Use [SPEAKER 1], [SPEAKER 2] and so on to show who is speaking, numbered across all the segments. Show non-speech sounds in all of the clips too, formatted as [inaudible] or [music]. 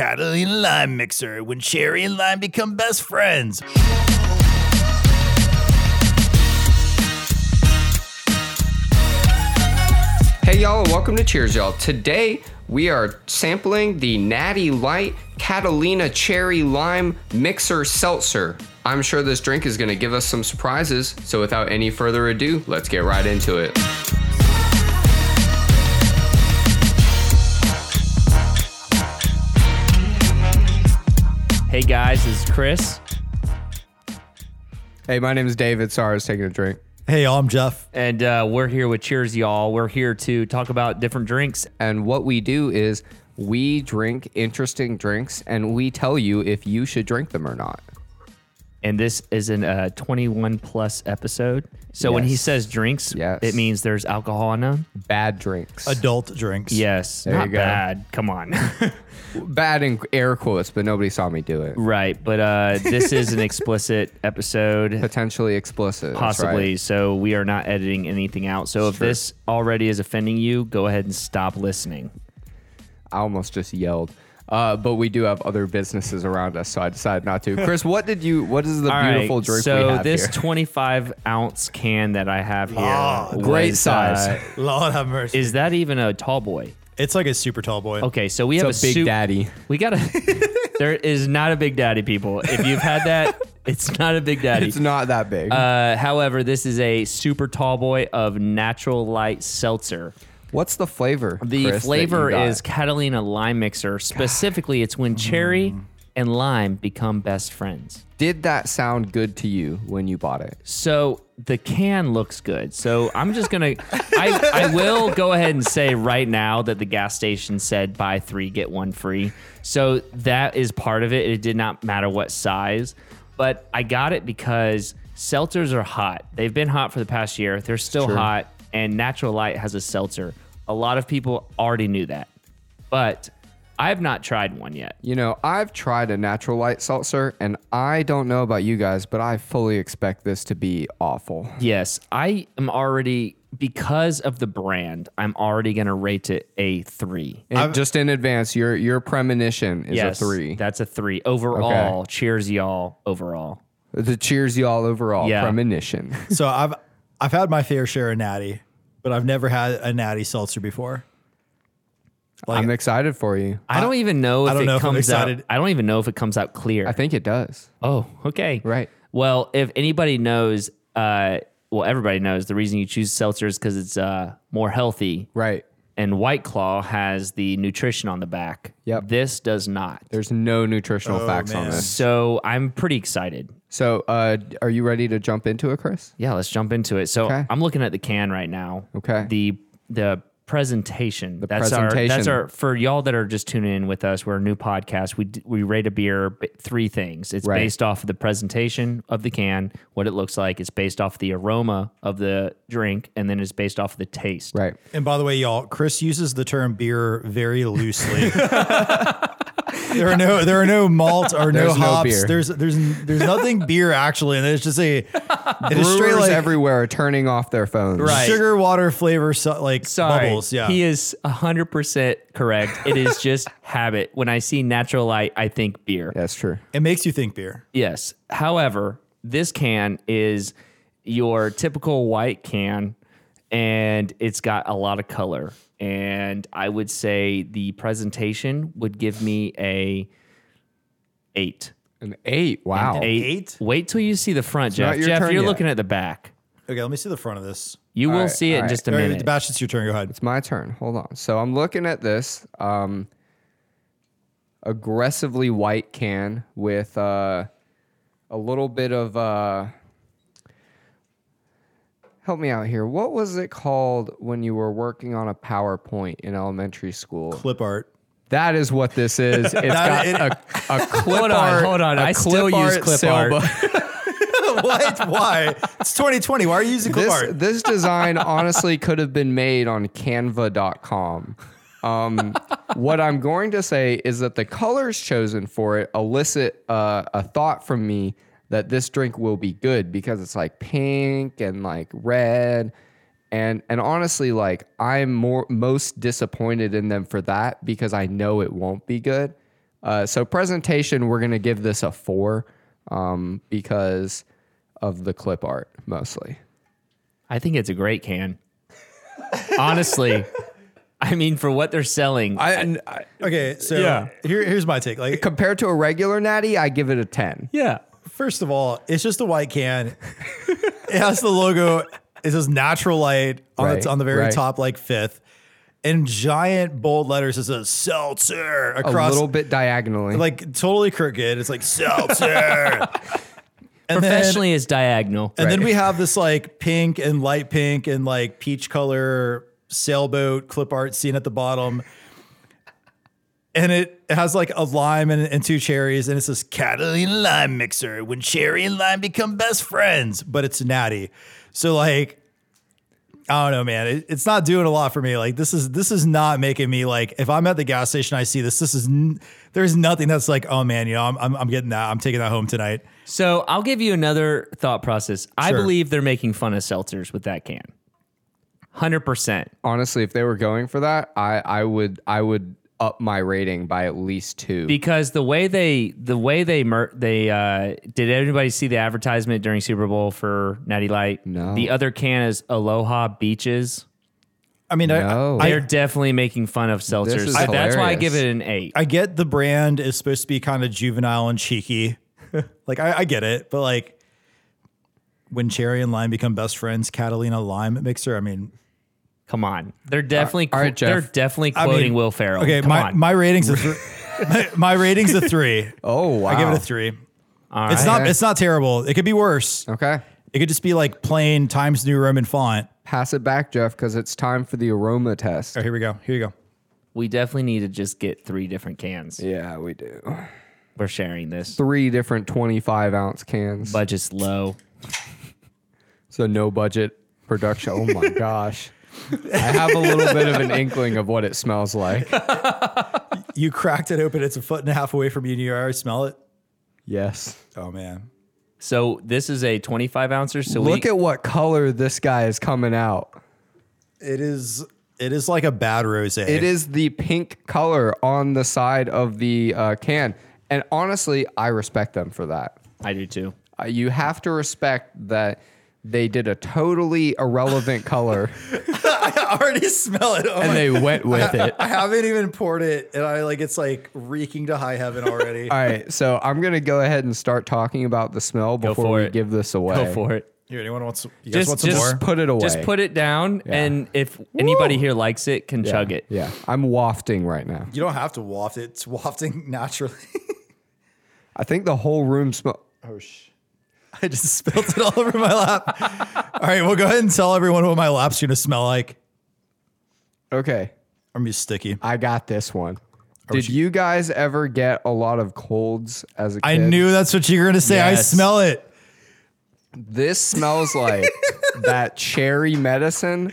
[SPEAKER 1] Catalina lime mixer when cherry and lime become best friends.
[SPEAKER 2] Hey y'all, and welcome to Cheers y'all. Today we are sampling the Natty Light Catalina Cherry Lime Mixer Seltzer. I'm sure this drink is going to give us some surprises, so without any further ado, let's get right into it.
[SPEAKER 3] Hey guys, this is Chris.
[SPEAKER 2] Hey, my name is David. Sorry, I was taking a drink.
[SPEAKER 1] Hey, y'all, I'm Jeff.
[SPEAKER 3] And uh, we're here with Cheers, y'all. We're here to talk about different drinks.
[SPEAKER 2] And what we do is we drink interesting drinks and we tell you if you should drink them or not.
[SPEAKER 3] And this is an uh, 21 plus episode. So when he
[SPEAKER 2] Yes.
[SPEAKER 3] says drinks,
[SPEAKER 2] Yes.
[SPEAKER 3] it means there's alcohol in them.
[SPEAKER 2] Bad drinks.
[SPEAKER 1] Adult drinks.
[SPEAKER 3] Yes.
[SPEAKER 2] you
[SPEAKER 3] not
[SPEAKER 2] go.
[SPEAKER 3] bad. Come on. [laughs]
[SPEAKER 2] Bad in air quotes, but nobody saw me do it.
[SPEAKER 3] right. But uh, this is an explicit episode,
[SPEAKER 2] Potentially explicit. that's right.
[SPEAKER 3] possibly. So we are not editing anything out. So if
[SPEAKER 2] Sure.
[SPEAKER 3] this already is offending you, go ahead and stop listening.
[SPEAKER 2] I almost just yelled. Uh, but we do have other businesses around us, so I decided not to. Chris, what did you? What is the
[SPEAKER 3] [laughs] All right,
[SPEAKER 2] beautiful drink
[SPEAKER 3] so
[SPEAKER 2] we have
[SPEAKER 3] this
[SPEAKER 2] here?
[SPEAKER 3] 25 ounce can that I have here,
[SPEAKER 1] Ah,
[SPEAKER 2] great
[SPEAKER 3] was,
[SPEAKER 2] size.
[SPEAKER 3] uh,
[SPEAKER 1] Lord have mercy.
[SPEAKER 3] is that even a tall boy?
[SPEAKER 1] it's like a super tall boy.
[SPEAKER 3] Okay, so we have
[SPEAKER 2] It's
[SPEAKER 3] a
[SPEAKER 2] a big
[SPEAKER 3] sup-
[SPEAKER 2] daddy.
[SPEAKER 3] We
[SPEAKER 2] [laughs]
[SPEAKER 3] got a. there is not a big daddy, people. If you've had that, it's not a big daddy.
[SPEAKER 2] It's not that big.
[SPEAKER 3] uh, however, this is a super tall boy of natural light seltzer.
[SPEAKER 2] What's the flavor?
[SPEAKER 3] The
[SPEAKER 2] Chris, that you
[SPEAKER 3] flavor
[SPEAKER 2] got?
[SPEAKER 3] is Catalina lime mixer. Specifically, it's when cherry
[SPEAKER 2] Mm.
[SPEAKER 3] and lime become best friends.
[SPEAKER 2] Did that sound good to you when you bought it?
[SPEAKER 3] So the can looks good. So I'm just gonna, I, I will go ahead and say right now that the gas station said buy three get one free. So that is part of it. It did not matter what size, but I got it because seltzers are hot. They've been hot for the past year. They're still
[SPEAKER 2] Sure.
[SPEAKER 3] hot, and Natural Light has a seltzer. A lot of people already knew that, but I've not tried one yet.
[SPEAKER 2] You know, I've tried a natural light seltzer, and I don't know about you guys, but I fully expect this to be awful.
[SPEAKER 3] Yes, I am already because of the brand. I'm already gonna rate it a three.
[SPEAKER 2] And just in advance, your your premonition is
[SPEAKER 3] yes,
[SPEAKER 2] a three.
[SPEAKER 3] That's a three overall. Cheers, y'all. Overall,
[SPEAKER 2] the cheers y'all overall
[SPEAKER 3] Yeah.
[SPEAKER 2] premonition.
[SPEAKER 1] So I've I've had my fair share of natty, but I've never had a natty seltzer before. Like-
[SPEAKER 2] I'm excited for you.
[SPEAKER 3] I, don't even know if
[SPEAKER 1] I don't
[SPEAKER 3] it
[SPEAKER 1] know if I'm
[SPEAKER 3] comes out.
[SPEAKER 1] excited.
[SPEAKER 3] I don't even know if it comes out clear.
[SPEAKER 2] I think it does.
[SPEAKER 3] oh, okay,
[SPEAKER 2] Right.
[SPEAKER 3] Well, if anybody knows, uh, well, everybody knows the reason you choose seltzer is because it's uh more healthy.
[SPEAKER 2] Right.
[SPEAKER 3] And White Claw has the nutrition on the back.
[SPEAKER 2] Yep.
[SPEAKER 3] This does not.
[SPEAKER 2] There's no nutritional facts on
[SPEAKER 1] man.
[SPEAKER 2] this.
[SPEAKER 3] So I'm pretty excited.
[SPEAKER 2] So, uh, are you ready to jump into it, Chris?
[SPEAKER 3] Yeah, let's jump into it. So
[SPEAKER 2] Okay.
[SPEAKER 3] I'm looking at the can right now.
[SPEAKER 2] Okay.
[SPEAKER 3] The the presentation. The that's Our, that's
[SPEAKER 2] presentation.
[SPEAKER 3] our for y'all that are just tuning in with us. We're a new podcast. We d- we rate a beer b- three things. It's
[SPEAKER 2] Right.
[SPEAKER 3] based off of the presentation of the can, what it looks like. It's based off the aroma of the drink, and then it's based off the taste.
[SPEAKER 2] Right.
[SPEAKER 1] And by the way, y'all, Chris uses the term beer very loosely. there are no there are no malt or no
[SPEAKER 2] There's no
[SPEAKER 1] hops.
[SPEAKER 2] beer.
[SPEAKER 1] There's there's there's nothing beer actually, and it's just a it is
[SPEAKER 2] Brewers
[SPEAKER 1] straight like
[SPEAKER 2] everywhere are turning off their phones.
[SPEAKER 3] Right.
[SPEAKER 1] sugar water flavor so, like
[SPEAKER 3] Sorry.
[SPEAKER 1] bubbles. Yeah,
[SPEAKER 3] He is 100% correct. It is just [laughs] habit. When I see natural light, I think beer.
[SPEAKER 2] That's true.
[SPEAKER 1] it makes you think beer.
[SPEAKER 3] Yes. However, this can is your typical white can and it's got a lot of color. And I would say the presentation would give me a eight.
[SPEAKER 2] An Oh, eight. Wow.
[SPEAKER 3] Eight.
[SPEAKER 1] eight?
[SPEAKER 3] Wait till you see the front,
[SPEAKER 2] not
[SPEAKER 3] Jeff.
[SPEAKER 2] your
[SPEAKER 3] Jeff,
[SPEAKER 2] turn
[SPEAKER 3] you're
[SPEAKER 2] yet.
[SPEAKER 3] looking at the back.
[SPEAKER 1] Okay, let me see the front of this.
[SPEAKER 3] You will
[SPEAKER 2] right,
[SPEAKER 3] see it
[SPEAKER 2] all
[SPEAKER 3] in
[SPEAKER 2] right.
[SPEAKER 3] just a
[SPEAKER 1] All right,
[SPEAKER 3] minute.
[SPEAKER 1] Bash, it's your turn. Go ahead.
[SPEAKER 2] It's my turn. Hold on. So I'm looking at this um, aggressively white can with uh, a little bit of. Uh, help me out here. What was it called when you were working on a PowerPoint in elementary school?
[SPEAKER 1] Clip art. [laughs]
[SPEAKER 2] That is what this
[SPEAKER 3] [laughs]
[SPEAKER 2] is. It's got
[SPEAKER 1] it-
[SPEAKER 2] a, a clip
[SPEAKER 3] Hold on,
[SPEAKER 2] art.
[SPEAKER 3] hold on.
[SPEAKER 2] I
[SPEAKER 3] I still use clip art.
[SPEAKER 1] what? Why? It's 2020. Why are you using clip
[SPEAKER 2] this
[SPEAKER 1] art?
[SPEAKER 2] this design honestly could have been made on Canva.com. Um, what I'm going to say is that the colors chosen for it elicit uh, a thought from me that this drink will be good because it's like pink and like red. And, and honestly, like I'm more most disappointed in them for that because I know it won't be good. Uh, so presentation, we're gonna give this a four um, because of the clip art mostly.
[SPEAKER 3] I think it's a great can.
[SPEAKER 2] [laughs]
[SPEAKER 3] Honestly, I mean, for what they're selling,
[SPEAKER 2] I, and I
[SPEAKER 1] Okay, so
[SPEAKER 3] Yeah.
[SPEAKER 1] here, here's my take. Like,
[SPEAKER 2] compared to a regular natty, I give it a ten.
[SPEAKER 3] yeah,
[SPEAKER 1] first of all, it's just a white
[SPEAKER 2] [laughs]
[SPEAKER 1] can. it has the logo. It says natural light on,
[SPEAKER 2] Right,
[SPEAKER 1] the, on the very
[SPEAKER 2] right.
[SPEAKER 1] top, like fifth. In giant bold letters, it says seltzer
[SPEAKER 2] A
[SPEAKER 1] across,
[SPEAKER 2] little bit diagonally.
[SPEAKER 1] like totally crooked. It's like
[SPEAKER 2] [laughs]
[SPEAKER 1] seltzer. and then,
[SPEAKER 3] professionally is diagonal.
[SPEAKER 1] and then
[SPEAKER 2] Right.
[SPEAKER 1] we have this like pink and light pink and like peach color sailboat clip art scene at the bottom. And it has like a lime and, and two cherries, and it says Catalina lime mixer when cherry and lime become best friends, but it's natty. So like, I don't know, man. It, it's not doing a lot for me. Like this is this is not making me like. If I'm at the gas station, I see this. This is n- there's nothing that's like, oh man, you know, I'm I'm, I'm getting that. I'm taking that home tonight.
[SPEAKER 3] So I'll give you another thought process. I
[SPEAKER 1] Sure.
[SPEAKER 3] believe they're making fun of seltzers with that can. Hundred percent.
[SPEAKER 2] Honestly, if they were going for that, I, I would I would up my rating by at least two.
[SPEAKER 3] because the way they the way they mer- they uh, did everybody see the advertisement during Super Bowl for Natty Light?
[SPEAKER 2] No.
[SPEAKER 3] The other can is Aloha Beaches.
[SPEAKER 1] I mean, I-
[SPEAKER 2] No.
[SPEAKER 1] I,
[SPEAKER 3] They're definitely making fun of seltzers.
[SPEAKER 2] is
[SPEAKER 3] So that's why I
[SPEAKER 2] hilarious.
[SPEAKER 3] give it an eight.
[SPEAKER 1] I get the brand is supposed to be kind of juvenile and cheeky. [laughs] like I, I get it, but like when cherry and lime become best friends, Catalina lime mixer. I mean,
[SPEAKER 3] Come on, they're definitely
[SPEAKER 2] all right, Jeff.
[SPEAKER 3] they're definitely
[SPEAKER 1] I mean-
[SPEAKER 3] quoting Will Ferrell.
[SPEAKER 1] Okay,
[SPEAKER 3] Come
[SPEAKER 1] my,
[SPEAKER 3] on.
[SPEAKER 1] my ratings a three.
[SPEAKER 3] [laughs]
[SPEAKER 1] my, my ratings a three.
[SPEAKER 2] oh wow.
[SPEAKER 1] I give it a three.
[SPEAKER 3] All
[SPEAKER 1] It's
[SPEAKER 3] right.
[SPEAKER 1] not it's not terrible. It could be worse.
[SPEAKER 2] Okay.
[SPEAKER 1] It could just be like plain Times New Roman font.
[SPEAKER 2] Pass it back, Jeff, because it's time for the aroma test.
[SPEAKER 1] Oh, here we go. Here you go.
[SPEAKER 3] we definitely need to just get three different cans.
[SPEAKER 2] Yeah, we do.
[SPEAKER 3] We're sharing this.
[SPEAKER 2] Three different 25 ounce cans.
[SPEAKER 3] Budget's low.
[SPEAKER 2] so no budget production. Oh [laughs] my gosh. I have a little bit of an inkling of what it smells like.
[SPEAKER 1] You cracked it open. It's a foot and a half away from you. And you already smell it.
[SPEAKER 2] [laughs] Yes.
[SPEAKER 1] Oh man.
[SPEAKER 3] So this is a twenty-five ouncer. So
[SPEAKER 2] Look
[SPEAKER 3] we,
[SPEAKER 2] at what color this guy is coming out.
[SPEAKER 1] It is it is like a bad rose.
[SPEAKER 2] It is the pink color on the side of the uh, can. And honestly, I respect them for that.
[SPEAKER 3] I do too.
[SPEAKER 2] Uh, you have to respect that they did a totally irrelevant color
[SPEAKER 1] [laughs] I already smell it. Oh
[SPEAKER 2] and
[SPEAKER 1] my
[SPEAKER 2] they went with it.
[SPEAKER 1] I haven't even poured it, and I like it's like reeking to high heaven already.
[SPEAKER 2] All right, so I'm gonna go ahead and start talking about the smell before
[SPEAKER 3] for
[SPEAKER 2] we
[SPEAKER 3] it.
[SPEAKER 2] give this away.
[SPEAKER 3] Go for it.
[SPEAKER 1] Here, anyone wants? You guys
[SPEAKER 3] Just-
[SPEAKER 1] want some
[SPEAKER 3] just
[SPEAKER 1] more?
[SPEAKER 2] Just put it away.
[SPEAKER 3] Just put it down, and if anybody here likes it, can chug it.
[SPEAKER 2] Yeah, I'm wafting right now.
[SPEAKER 1] You don't have to waft it. It's wafting naturally.
[SPEAKER 2] I think the whole room smells.
[SPEAKER 1] Oh sh! I just spilled it all over my lap. [laughs] all right, well, go ahead and tell everyone what my lap's gonna smell like.
[SPEAKER 2] Okay,
[SPEAKER 1] I'm gonna be sticky.
[SPEAKER 2] I got this one. Did you guys ever get a lot of colds as a kid?
[SPEAKER 1] I knew that's what you were gonna say. I
[SPEAKER 3] Yes.
[SPEAKER 1] smell it.
[SPEAKER 2] this smells like that cherry medicine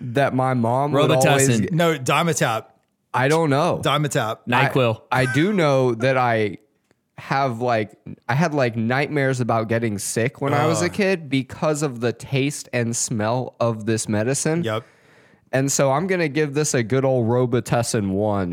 [SPEAKER 2] that my mom would always.
[SPEAKER 3] Robitussin.
[SPEAKER 1] No, Dimetap.
[SPEAKER 2] I don't know.
[SPEAKER 1] Dimetap.
[SPEAKER 2] I-
[SPEAKER 3] Nyquil.
[SPEAKER 2] I, do know that I have like I had like nightmares about getting sick when I was a kid because of the taste and smell of this medicine.
[SPEAKER 1] Yep.
[SPEAKER 2] And so I'm gonna give this a good old Robitussin
[SPEAKER 3] [laughs]
[SPEAKER 2] one.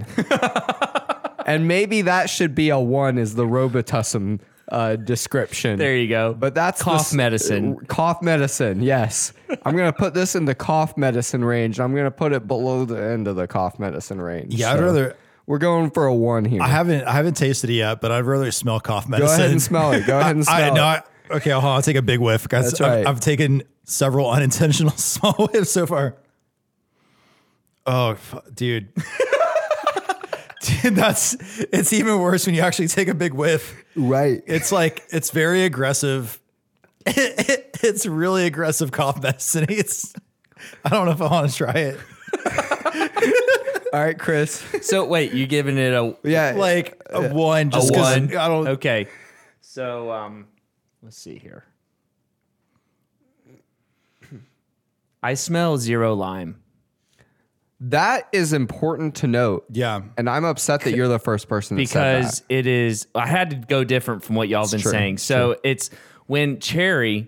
[SPEAKER 2] and maybe that should be a one is the Robitussin uh, description.
[SPEAKER 3] There you go.
[SPEAKER 2] But that's the
[SPEAKER 3] cough
[SPEAKER 2] s-
[SPEAKER 3] medicine.
[SPEAKER 2] uh, cough medicine. Yes, I'm gonna put this in the cough medicine range. I'm gonna put it below the end of the cough medicine range.
[SPEAKER 1] Yeah, I'd
[SPEAKER 2] So
[SPEAKER 1] rather-
[SPEAKER 2] We're going for a one here.
[SPEAKER 1] I haven't. I haven't tasted it yet, but I'd rather smell cough
[SPEAKER 2] Go
[SPEAKER 1] medicine.
[SPEAKER 2] ahead and smell it. Go ahead and
[SPEAKER 1] [laughs]
[SPEAKER 2] smell
[SPEAKER 1] I,
[SPEAKER 2] it.
[SPEAKER 1] no, I, okay, hold on, I'll take a big whiff. Guys,
[SPEAKER 2] That's
[SPEAKER 1] I've-
[SPEAKER 2] right.
[SPEAKER 1] I've, taken several [laughs] unintentional small whiffs so far. Oh, fu- dude. [laughs] dude, that's it's even worse when you actually take a big whiff.
[SPEAKER 2] right.
[SPEAKER 1] It's like it's very aggressive. [laughs] it's really aggressive cough medicine. It's I don't know if I want to try it.
[SPEAKER 2] All right,
[SPEAKER 1] [laughs]
[SPEAKER 2] Chris.
[SPEAKER 3] [laughs] So wait, you giving it a
[SPEAKER 2] Yeah.
[SPEAKER 1] Like a one,
[SPEAKER 3] a
[SPEAKER 1] just 'cause
[SPEAKER 3] one?
[SPEAKER 1] I don't.
[SPEAKER 3] Okay. So um, let's see here. [clears throat] I smell zero lime.
[SPEAKER 2] that is important to note.
[SPEAKER 1] Yeah,
[SPEAKER 2] And I'm upset that you're the first person that said that.
[SPEAKER 3] because it is I had to go different from what y'all been
[SPEAKER 2] true,
[SPEAKER 3] saying. So it's when cherry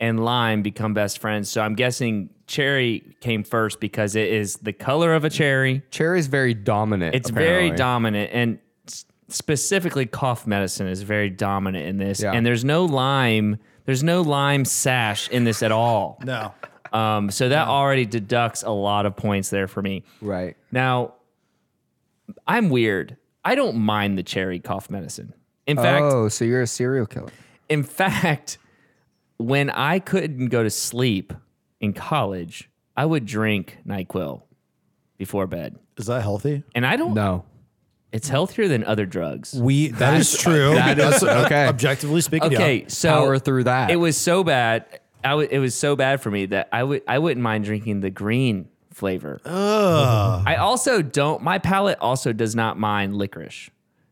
[SPEAKER 3] and lime become best friends. So I'm guessing cherry came first because it is the color of a cherry.
[SPEAKER 2] Cherry's very dominant.
[SPEAKER 3] It's very
[SPEAKER 2] apparently.
[SPEAKER 3] dominant and s- specifically cough medicine is very dominant in this,
[SPEAKER 2] Yeah.
[SPEAKER 3] and there's no lime. There's no lime sash in this at all.
[SPEAKER 1] No.
[SPEAKER 3] Um, so that already deducts a lot of points there for me.
[SPEAKER 2] Right.
[SPEAKER 3] Now, I'm weird. I don't mind the cherry cough medicine. In fact,
[SPEAKER 2] oh, so you're a serial killer.
[SPEAKER 3] in fact, when I couldn't go to sleep in college, I would drink NyQuil before bed.
[SPEAKER 1] Is that healthy?
[SPEAKER 3] And I don't
[SPEAKER 2] No.
[SPEAKER 3] it's healthier than other drugs.
[SPEAKER 1] We that is true.
[SPEAKER 2] that is-
[SPEAKER 1] That's
[SPEAKER 2] okay.
[SPEAKER 1] Objectively speaking, yeah.
[SPEAKER 3] Okay, so
[SPEAKER 2] Power through that.
[SPEAKER 3] It was so bad. I w- it was so bad for me that I would I wouldn't mind drinking the green flavor. I also don't my palate also does not mind licorice.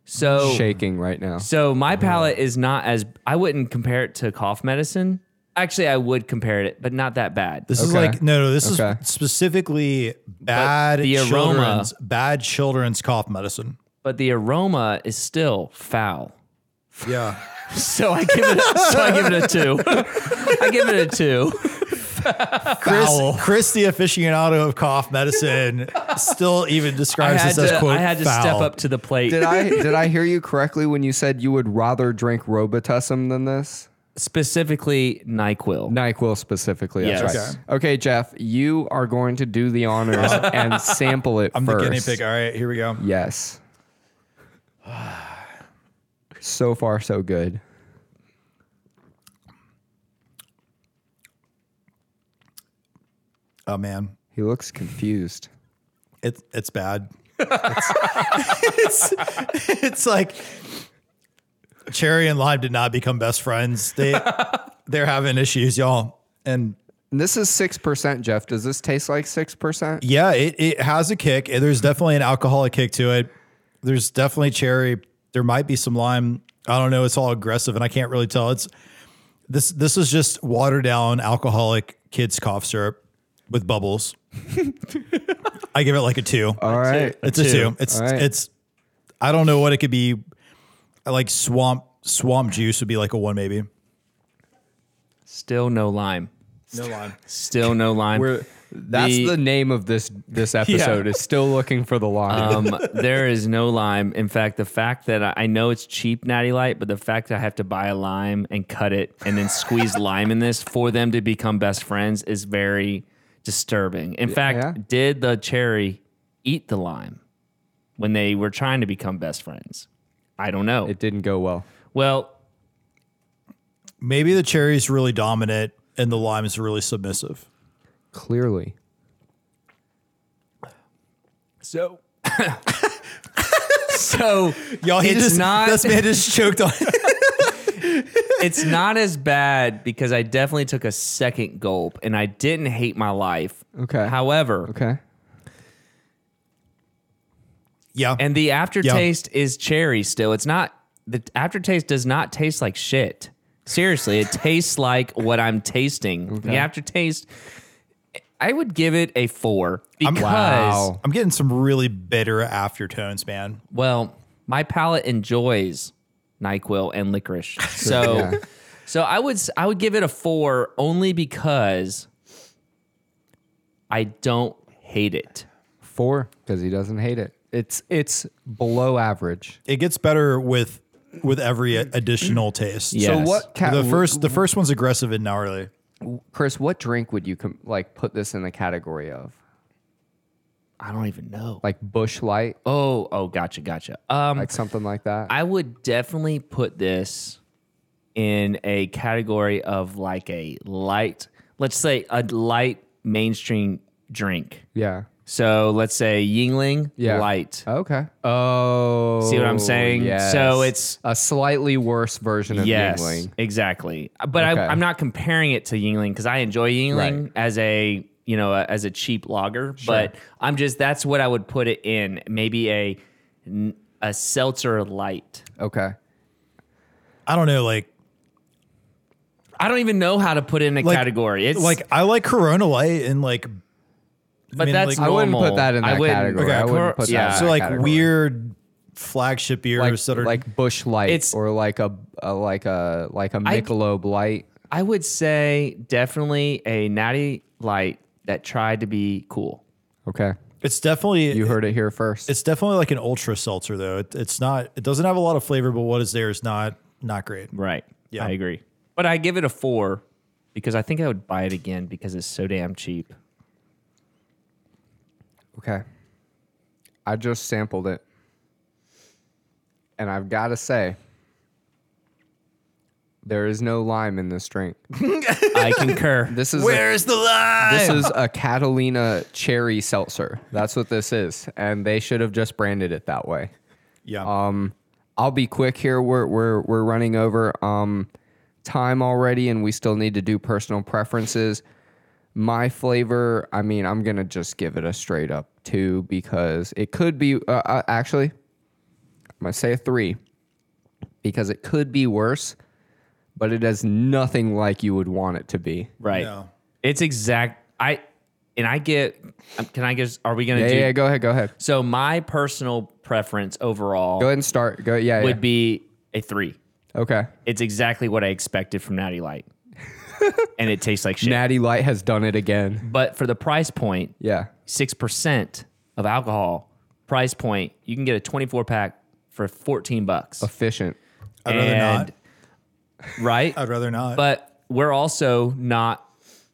[SPEAKER 3] So
[SPEAKER 2] Shaking right now.
[SPEAKER 3] So my palate is not as I wouldn't compare it to cough medicine. Actually, I would compare it, but not that bad.
[SPEAKER 1] This is
[SPEAKER 2] Okay.
[SPEAKER 1] like no, no. This
[SPEAKER 2] Okay.
[SPEAKER 1] is specifically bad
[SPEAKER 3] the aroma-
[SPEAKER 1] children's bad children's cough medicine.
[SPEAKER 3] but the aroma is still foul.
[SPEAKER 1] Yeah,
[SPEAKER 3] So I give it. A, so I give it a two. I give it a two.
[SPEAKER 1] [laughs] Chris, Chris, the aficionado of cough medicine, still even
[SPEAKER 3] I
[SPEAKER 1] describes
[SPEAKER 3] had
[SPEAKER 1] this as
[SPEAKER 3] to.
[SPEAKER 1] quote
[SPEAKER 3] I had to
[SPEAKER 1] foul.
[SPEAKER 3] step up to the plate.
[SPEAKER 2] Did I did I hear you correctly when you said you would rather drink Robitussin than this?
[SPEAKER 3] Specifically, Nyquil.
[SPEAKER 2] NyQuil specifically. That's
[SPEAKER 3] Yes.
[SPEAKER 2] right. Okay. Jeff, you are going to do the
[SPEAKER 3] [laughs]
[SPEAKER 2] honors and sample it
[SPEAKER 1] I'm
[SPEAKER 2] first.
[SPEAKER 1] the guinea pig. All right, here we go.
[SPEAKER 2] Yes. So far, so good.
[SPEAKER 1] Oh man,
[SPEAKER 2] He looks confused.
[SPEAKER 1] it's it's bad. It's, [laughs] it's, it's like Cherry and Lime did not become best friends.
[SPEAKER 3] [laughs]
[SPEAKER 1] They they're having issues, y'all. And
[SPEAKER 2] And this is 6%, Jeff. Does this taste like 6%?
[SPEAKER 1] yeah, it, it has a kick. There's
[SPEAKER 2] Mm-hmm.
[SPEAKER 1] definitely an alcoholic kick to it. There's definitely cherry. There might be some lime. I don't know. It's all aggressive, and I can't really tell. It's this. This is just watered down alcoholic kids cough syrup with
[SPEAKER 2] [laughs]
[SPEAKER 1] bubbles. I give it like a two.
[SPEAKER 2] All right.
[SPEAKER 1] It's a two. It's
[SPEAKER 2] All right.
[SPEAKER 1] it's. I don't know what it could be. I Like swamp swamp juice would be like a one maybe.
[SPEAKER 3] Still no lime.
[SPEAKER 1] No lime.
[SPEAKER 3] Still no lime.
[SPEAKER 2] We're, that's the,
[SPEAKER 3] The-
[SPEAKER 2] name of this [laughs] this episode is still looking for the line. [laughs]
[SPEAKER 3] um, there is no lime. In fact, the fact that I, I know it's cheap Natty Light, but the fact that I have to buy a lime and cut it and
[SPEAKER 2] [laughs]
[SPEAKER 3] then squeeze lime in this for them to become best friends is very disturbing. In fact,
[SPEAKER 2] yeah.
[SPEAKER 3] did the cherry eat the lime when they were trying to become best friends? I don't know.
[SPEAKER 2] it didn't go well. [laughs]
[SPEAKER 3] well,
[SPEAKER 1] Maybe the cherry's really dominant and the lime is really submissive.
[SPEAKER 2] Clearly.
[SPEAKER 3] so. so
[SPEAKER 1] Y'all, he
[SPEAKER 3] It is
[SPEAKER 1] just
[SPEAKER 3] not-
[SPEAKER 1] [laughs] this man just choked on.
[SPEAKER 3] it's not as bad because I definitely took a second gulp and I didn't hate my life.
[SPEAKER 2] Okay.
[SPEAKER 3] However,
[SPEAKER 2] Okay.
[SPEAKER 1] yeah,
[SPEAKER 3] and the aftertaste is cherry still. It's not the aftertaste does not taste like shit. Seriously, it tastes like what I'm tasting. The aftertaste I would give it a 4 because
[SPEAKER 2] Wow.
[SPEAKER 1] I'm getting some really bitter aftertones, man.
[SPEAKER 3] well, my palate enjoys NyQuil and
[SPEAKER 2] [laughs]
[SPEAKER 3] licorice. So
[SPEAKER 2] Yeah.
[SPEAKER 3] so I would s- I would give it a 4 only because I don't hate it.
[SPEAKER 2] Four, because he doesn't hate it. It's it's below average.
[SPEAKER 1] It gets better with with every additional taste.
[SPEAKER 3] Yeah. Yes.
[SPEAKER 2] So what ca-
[SPEAKER 1] the first the first one's aggressive and gnarly.
[SPEAKER 2] Chris, what drink would you com- like put this in the category of?
[SPEAKER 3] I don't even know.
[SPEAKER 2] Like Bush Light,
[SPEAKER 3] Oh, oh, gotcha, gotcha. Um
[SPEAKER 2] like something like that.
[SPEAKER 3] I would definitely put this in a category of like a light, let's say a light mainstream drink.
[SPEAKER 2] yeah.
[SPEAKER 3] So let's say Yingling
[SPEAKER 2] Yeah.
[SPEAKER 3] light.
[SPEAKER 2] Okay. Oh.
[SPEAKER 3] See what I'm saying? So it's-
[SPEAKER 2] a slightly worse version of
[SPEAKER 3] yes,
[SPEAKER 2] Yingling.
[SPEAKER 3] exactly. But
[SPEAKER 2] Okay.
[SPEAKER 3] I, I'm not comparing it to Yingling because I enjoy Yingling
[SPEAKER 2] Right.
[SPEAKER 3] as a you know a, as a cheap lager. But I'm just that's what I would put it in. Maybe a a seltzer light.
[SPEAKER 2] Okay.
[SPEAKER 1] I don't know, like
[SPEAKER 3] I don't even know how to put it in a
[SPEAKER 1] Like-
[SPEAKER 3] category. It's
[SPEAKER 1] like I like Corona Light and like
[SPEAKER 3] But
[SPEAKER 1] mean, like-
[SPEAKER 3] that's
[SPEAKER 2] I wouldn't put
[SPEAKER 3] normal.
[SPEAKER 2] that in
[SPEAKER 3] I
[SPEAKER 2] that
[SPEAKER 3] wouldn't-
[SPEAKER 2] category.
[SPEAKER 1] Okay,
[SPEAKER 2] I wouldn't
[SPEAKER 3] cor-
[SPEAKER 2] put
[SPEAKER 3] yeah.
[SPEAKER 2] that. in
[SPEAKER 1] so
[SPEAKER 2] that
[SPEAKER 1] like
[SPEAKER 2] category.
[SPEAKER 1] weird flagship beers
[SPEAKER 2] like
[SPEAKER 1] that are
[SPEAKER 2] like Bush Light
[SPEAKER 3] It's-
[SPEAKER 2] or like a, a like a like a Michelob Light.
[SPEAKER 3] I would say definitely a natty light that tried to be cool.
[SPEAKER 2] Okay.
[SPEAKER 1] It's definitely
[SPEAKER 2] You heard it here first.
[SPEAKER 1] it's definitely like an ultra seltzer though. It, it's not. It doesn't have a lot of flavor, but what is there is not not great.
[SPEAKER 3] Right.
[SPEAKER 1] Yeah.
[SPEAKER 3] I agree. But I give it a four because I think I would buy it again because it's so damn cheap.
[SPEAKER 2] Okay. I just sampled it. And I've got to say, there is no lime in this drink.
[SPEAKER 3] I concur.
[SPEAKER 2] [laughs] This is a-
[SPEAKER 1] Where's the line?
[SPEAKER 2] this is a Catalina cherry seltzer. That's what this is, and they should have just branded it that way.
[SPEAKER 1] yeah.
[SPEAKER 2] I'll be quick here. We're we're we're running over um, time already, and we still need to do personal preferences. My flavor, I mean, I'm gonna just give it a straight up two because it could be. Uh, uh, actually, I'm gonna say a three because it could be worse, but it is nothing like you would want it to be.
[SPEAKER 3] Right.
[SPEAKER 1] No.
[SPEAKER 3] It's exact. I and I get. um, Can I guess? Are we gonna
[SPEAKER 2] Yeah,
[SPEAKER 3] do?
[SPEAKER 2] yeah. Go ahead. Go ahead.
[SPEAKER 3] So my personal preference overall
[SPEAKER 2] Go ahead and start. Go. Yeah.
[SPEAKER 3] would
[SPEAKER 2] yeah.
[SPEAKER 3] be a three.
[SPEAKER 2] okay.
[SPEAKER 3] It's exactly what I expected from
[SPEAKER 2] [laughs]
[SPEAKER 3] Natty Light, and it tastes like shit.
[SPEAKER 2] Natty Light has done it again.
[SPEAKER 3] but for the price point,
[SPEAKER 2] Yeah.
[SPEAKER 3] six percent of alcohol price point, you can get a twenty-four pack for fourteen bucks.
[SPEAKER 2] Efficient.
[SPEAKER 1] I'd rather not.
[SPEAKER 3] Right.
[SPEAKER 1] I'd rather not.
[SPEAKER 3] but we're also not.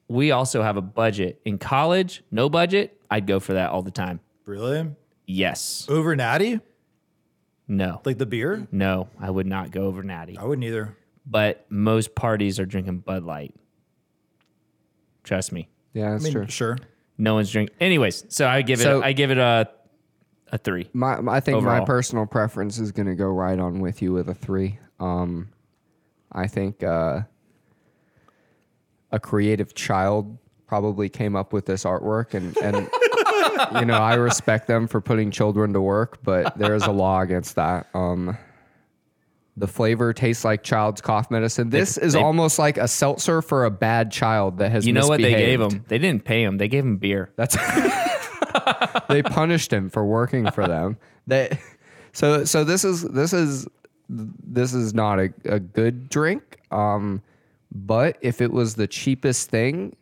[SPEAKER 3] We also have a budget in college. No budget. I'd go for that all the time.
[SPEAKER 1] really,
[SPEAKER 3] Yes.
[SPEAKER 1] over natty,
[SPEAKER 3] No.
[SPEAKER 1] like the beer.
[SPEAKER 3] No, I would not go over Natty.
[SPEAKER 1] I wouldn't either.
[SPEAKER 3] But most parties are drinking Bud Light. Trust me.
[SPEAKER 2] Yeah,
[SPEAKER 1] I
[SPEAKER 2] that's
[SPEAKER 1] mean,
[SPEAKER 2] true.
[SPEAKER 1] sure.
[SPEAKER 3] No one's drinking. Anyways, so I give it
[SPEAKER 2] So-
[SPEAKER 3] I give it a a 3.
[SPEAKER 2] My, my- I think my
[SPEAKER 3] Overall.
[SPEAKER 2] personal preference is going to go right on with you with a three. Um, I think uh, a creative child probably came up with this artwork, and and [laughs] you know I respect them for putting children to work, but there is a law against that. Um, the flavor tastes like child's cough medicine. This is
[SPEAKER 3] they-
[SPEAKER 2] almost like a seltzer for a bad child that has.
[SPEAKER 3] You know what they gave
[SPEAKER 2] misbehaved.
[SPEAKER 3] him? They didn't pay him. They gave him beer.
[SPEAKER 2] That's [laughs] they punished him for working for them. They so so this is this is this is not a, a good drink. Um, but if it was the cheapest thing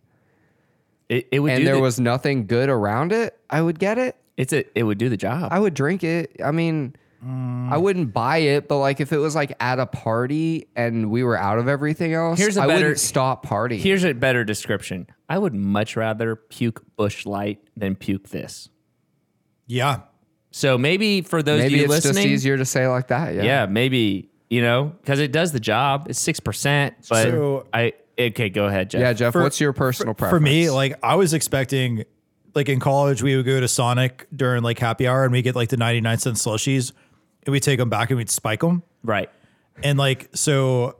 [SPEAKER 3] It, it would
[SPEAKER 2] and
[SPEAKER 3] do
[SPEAKER 2] there
[SPEAKER 3] the,
[SPEAKER 2] was nothing good around it, I would get it.
[SPEAKER 3] it's a it would do the job.
[SPEAKER 2] I would drink it. I mean, I wouldn't buy it, but like if it was like at a party and we were out of everything else,
[SPEAKER 3] Here's a
[SPEAKER 2] I
[SPEAKER 3] better-
[SPEAKER 2] wouldn't stop partying.
[SPEAKER 3] Here's a better description. I would much rather puke Bush Light than puke this.
[SPEAKER 1] Yeah.
[SPEAKER 3] So maybe for those of
[SPEAKER 2] Maybe
[SPEAKER 3] you
[SPEAKER 2] it's
[SPEAKER 3] listening,
[SPEAKER 2] just easier to say like that. Yeah.
[SPEAKER 3] yeah, maybe you know because it does the job. It's six percent, but
[SPEAKER 1] So-
[SPEAKER 3] I okay. Go ahead, Jeff.
[SPEAKER 2] Yeah, Jeff,
[SPEAKER 1] For-
[SPEAKER 2] what's your personal preference?
[SPEAKER 1] For me, like I was expecting, like in college, we would go to Sonic during like happy hour, and we get like the ninety nine cent slushies, and we take them back and we'd spike them,
[SPEAKER 3] Right.
[SPEAKER 1] and like so.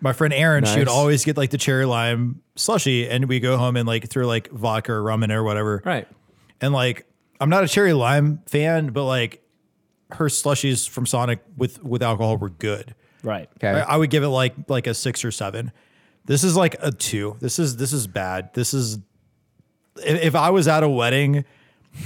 [SPEAKER 1] My friend Aaron, she would
[SPEAKER 2] Nice.
[SPEAKER 1] always get like the cherry lime slushie, and we go home and like throw like vodka or rum in it or whatever.
[SPEAKER 3] Right.
[SPEAKER 1] And like, I'm not a cherry lime fan, but like, her slushies from Sonic with with alcohol were good.
[SPEAKER 3] Right.
[SPEAKER 2] okay.
[SPEAKER 1] I, I would give it like like a six or seven. This is like a two. This is this is bad. This is if, if I was at a wedding. [laughs]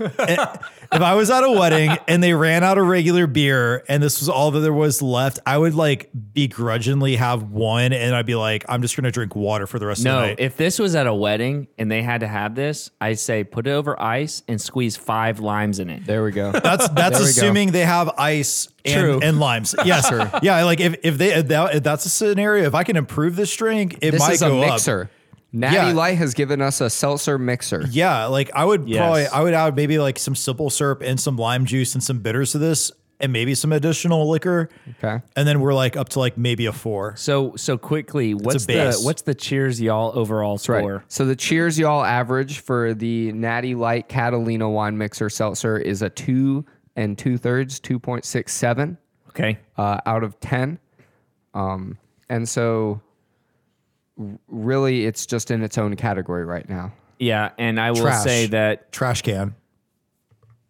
[SPEAKER 1] if I was at a wedding and they ran out of regular beer and this was all that there was left, I would like begrudgingly have one and I'd be like, I'm just gonna drink water for the rest of the
[SPEAKER 3] No,
[SPEAKER 1] night.
[SPEAKER 3] if this was at a wedding and they had to have this, I'd say put it over ice and squeeze five limes in it.
[SPEAKER 2] there we [laughs] go.
[SPEAKER 1] That's that's
[SPEAKER 2] There we go.
[SPEAKER 1] assuming they have ice
[SPEAKER 3] True.
[SPEAKER 1] and, and
[SPEAKER 2] [laughs]
[SPEAKER 1] limes. Yes, yeah. Like if if they if, that, if that's a scenario, if I can improve this drink, it
[SPEAKER 2] This
[SPEAKER 1] might
[SPEAKER 2] is a
[SPEAKER 1] go up.
[SPEAKER 2] mixer. Natty
[SPEAKER 1] uh, Yeah.
[SPEAKER 2] Light has given us a seltzer mixer.
[SPEAKER 1] Yeah, like I would probably
[SPEAKER 3] Yes.
[SPEAKER 1] I would add maybe like some simple syrup and some lime juice and some bitters to this and maybe some additional liquor.
[SPEAKER 2] Okay.
[SPEAKER 1] And then we're like up to like maybe a four.
[SPEAKER 3] So so quickly, what's the
[SPEAKER 1] base.
[SPEAKER 3] what's the cheers y'all overall
[SPEAKER 2] Right.
[SPEAKER 3] score?
[SPEAKER 2] So the Cheers Y'all average for the Natty Light Catalina wine mixer seltzer is a two and two thirds, 2.67
[SPEAKER 3] Okay.
[SPEAKER 2] uh, out of 10. Um, and so r- really it's just in its own category right now.
[SPEAKER 3] Yeah, and I will
[SPEAKER 1] Trash.
[SPEAKER 3] say that
[SPEAKER 1] Trash can.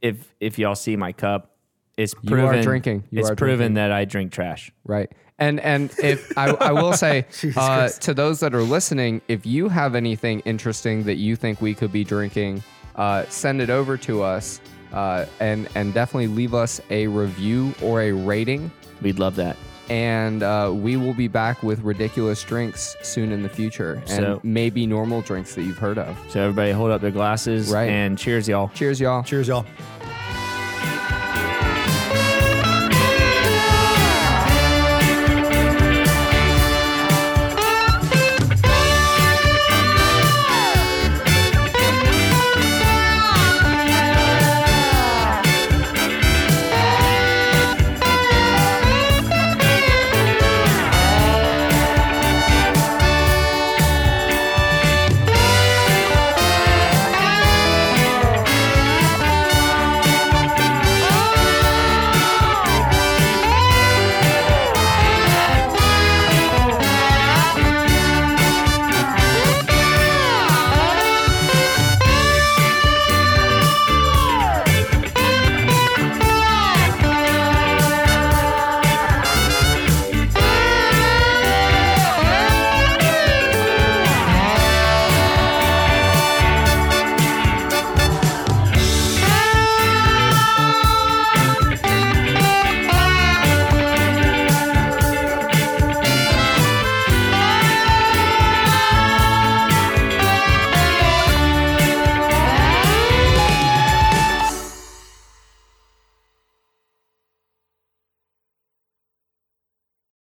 [SPEAKER 3] if if y'all see my cup, it's
[SPEAKER 2] are
[SPEAKER 3] proven
[SPEAKER 2] drinking. You
[SPEAKER 3] it's
[SPEAKER 2] are
[SPEAKER 3] proven that I drink trash.
[SPEAKER 2] Right. And and if I, I will say uh, to those that are listening, if you have anything interesting that you think we could be drinking, uh, send it over to us, uh, and and definitely leave us a review or a rating.
[SPEAKER 3] We'd love that.
[SPEAKER 2] and uh, we will be back with ridiculous drinks soon in the future, and
[SPEAKER 3] So-
[SPEAKER 2] maybe normal drinks that you've heard of.
[SPEAKER 3] So everybody hold up their glasses
[SPEAKER 2] Right.
[SPEAKER 3] and cheers, y'all.
[SPEAKER 2] Cheers, y'all.
[SPEAKER 1] Cheers, y'all.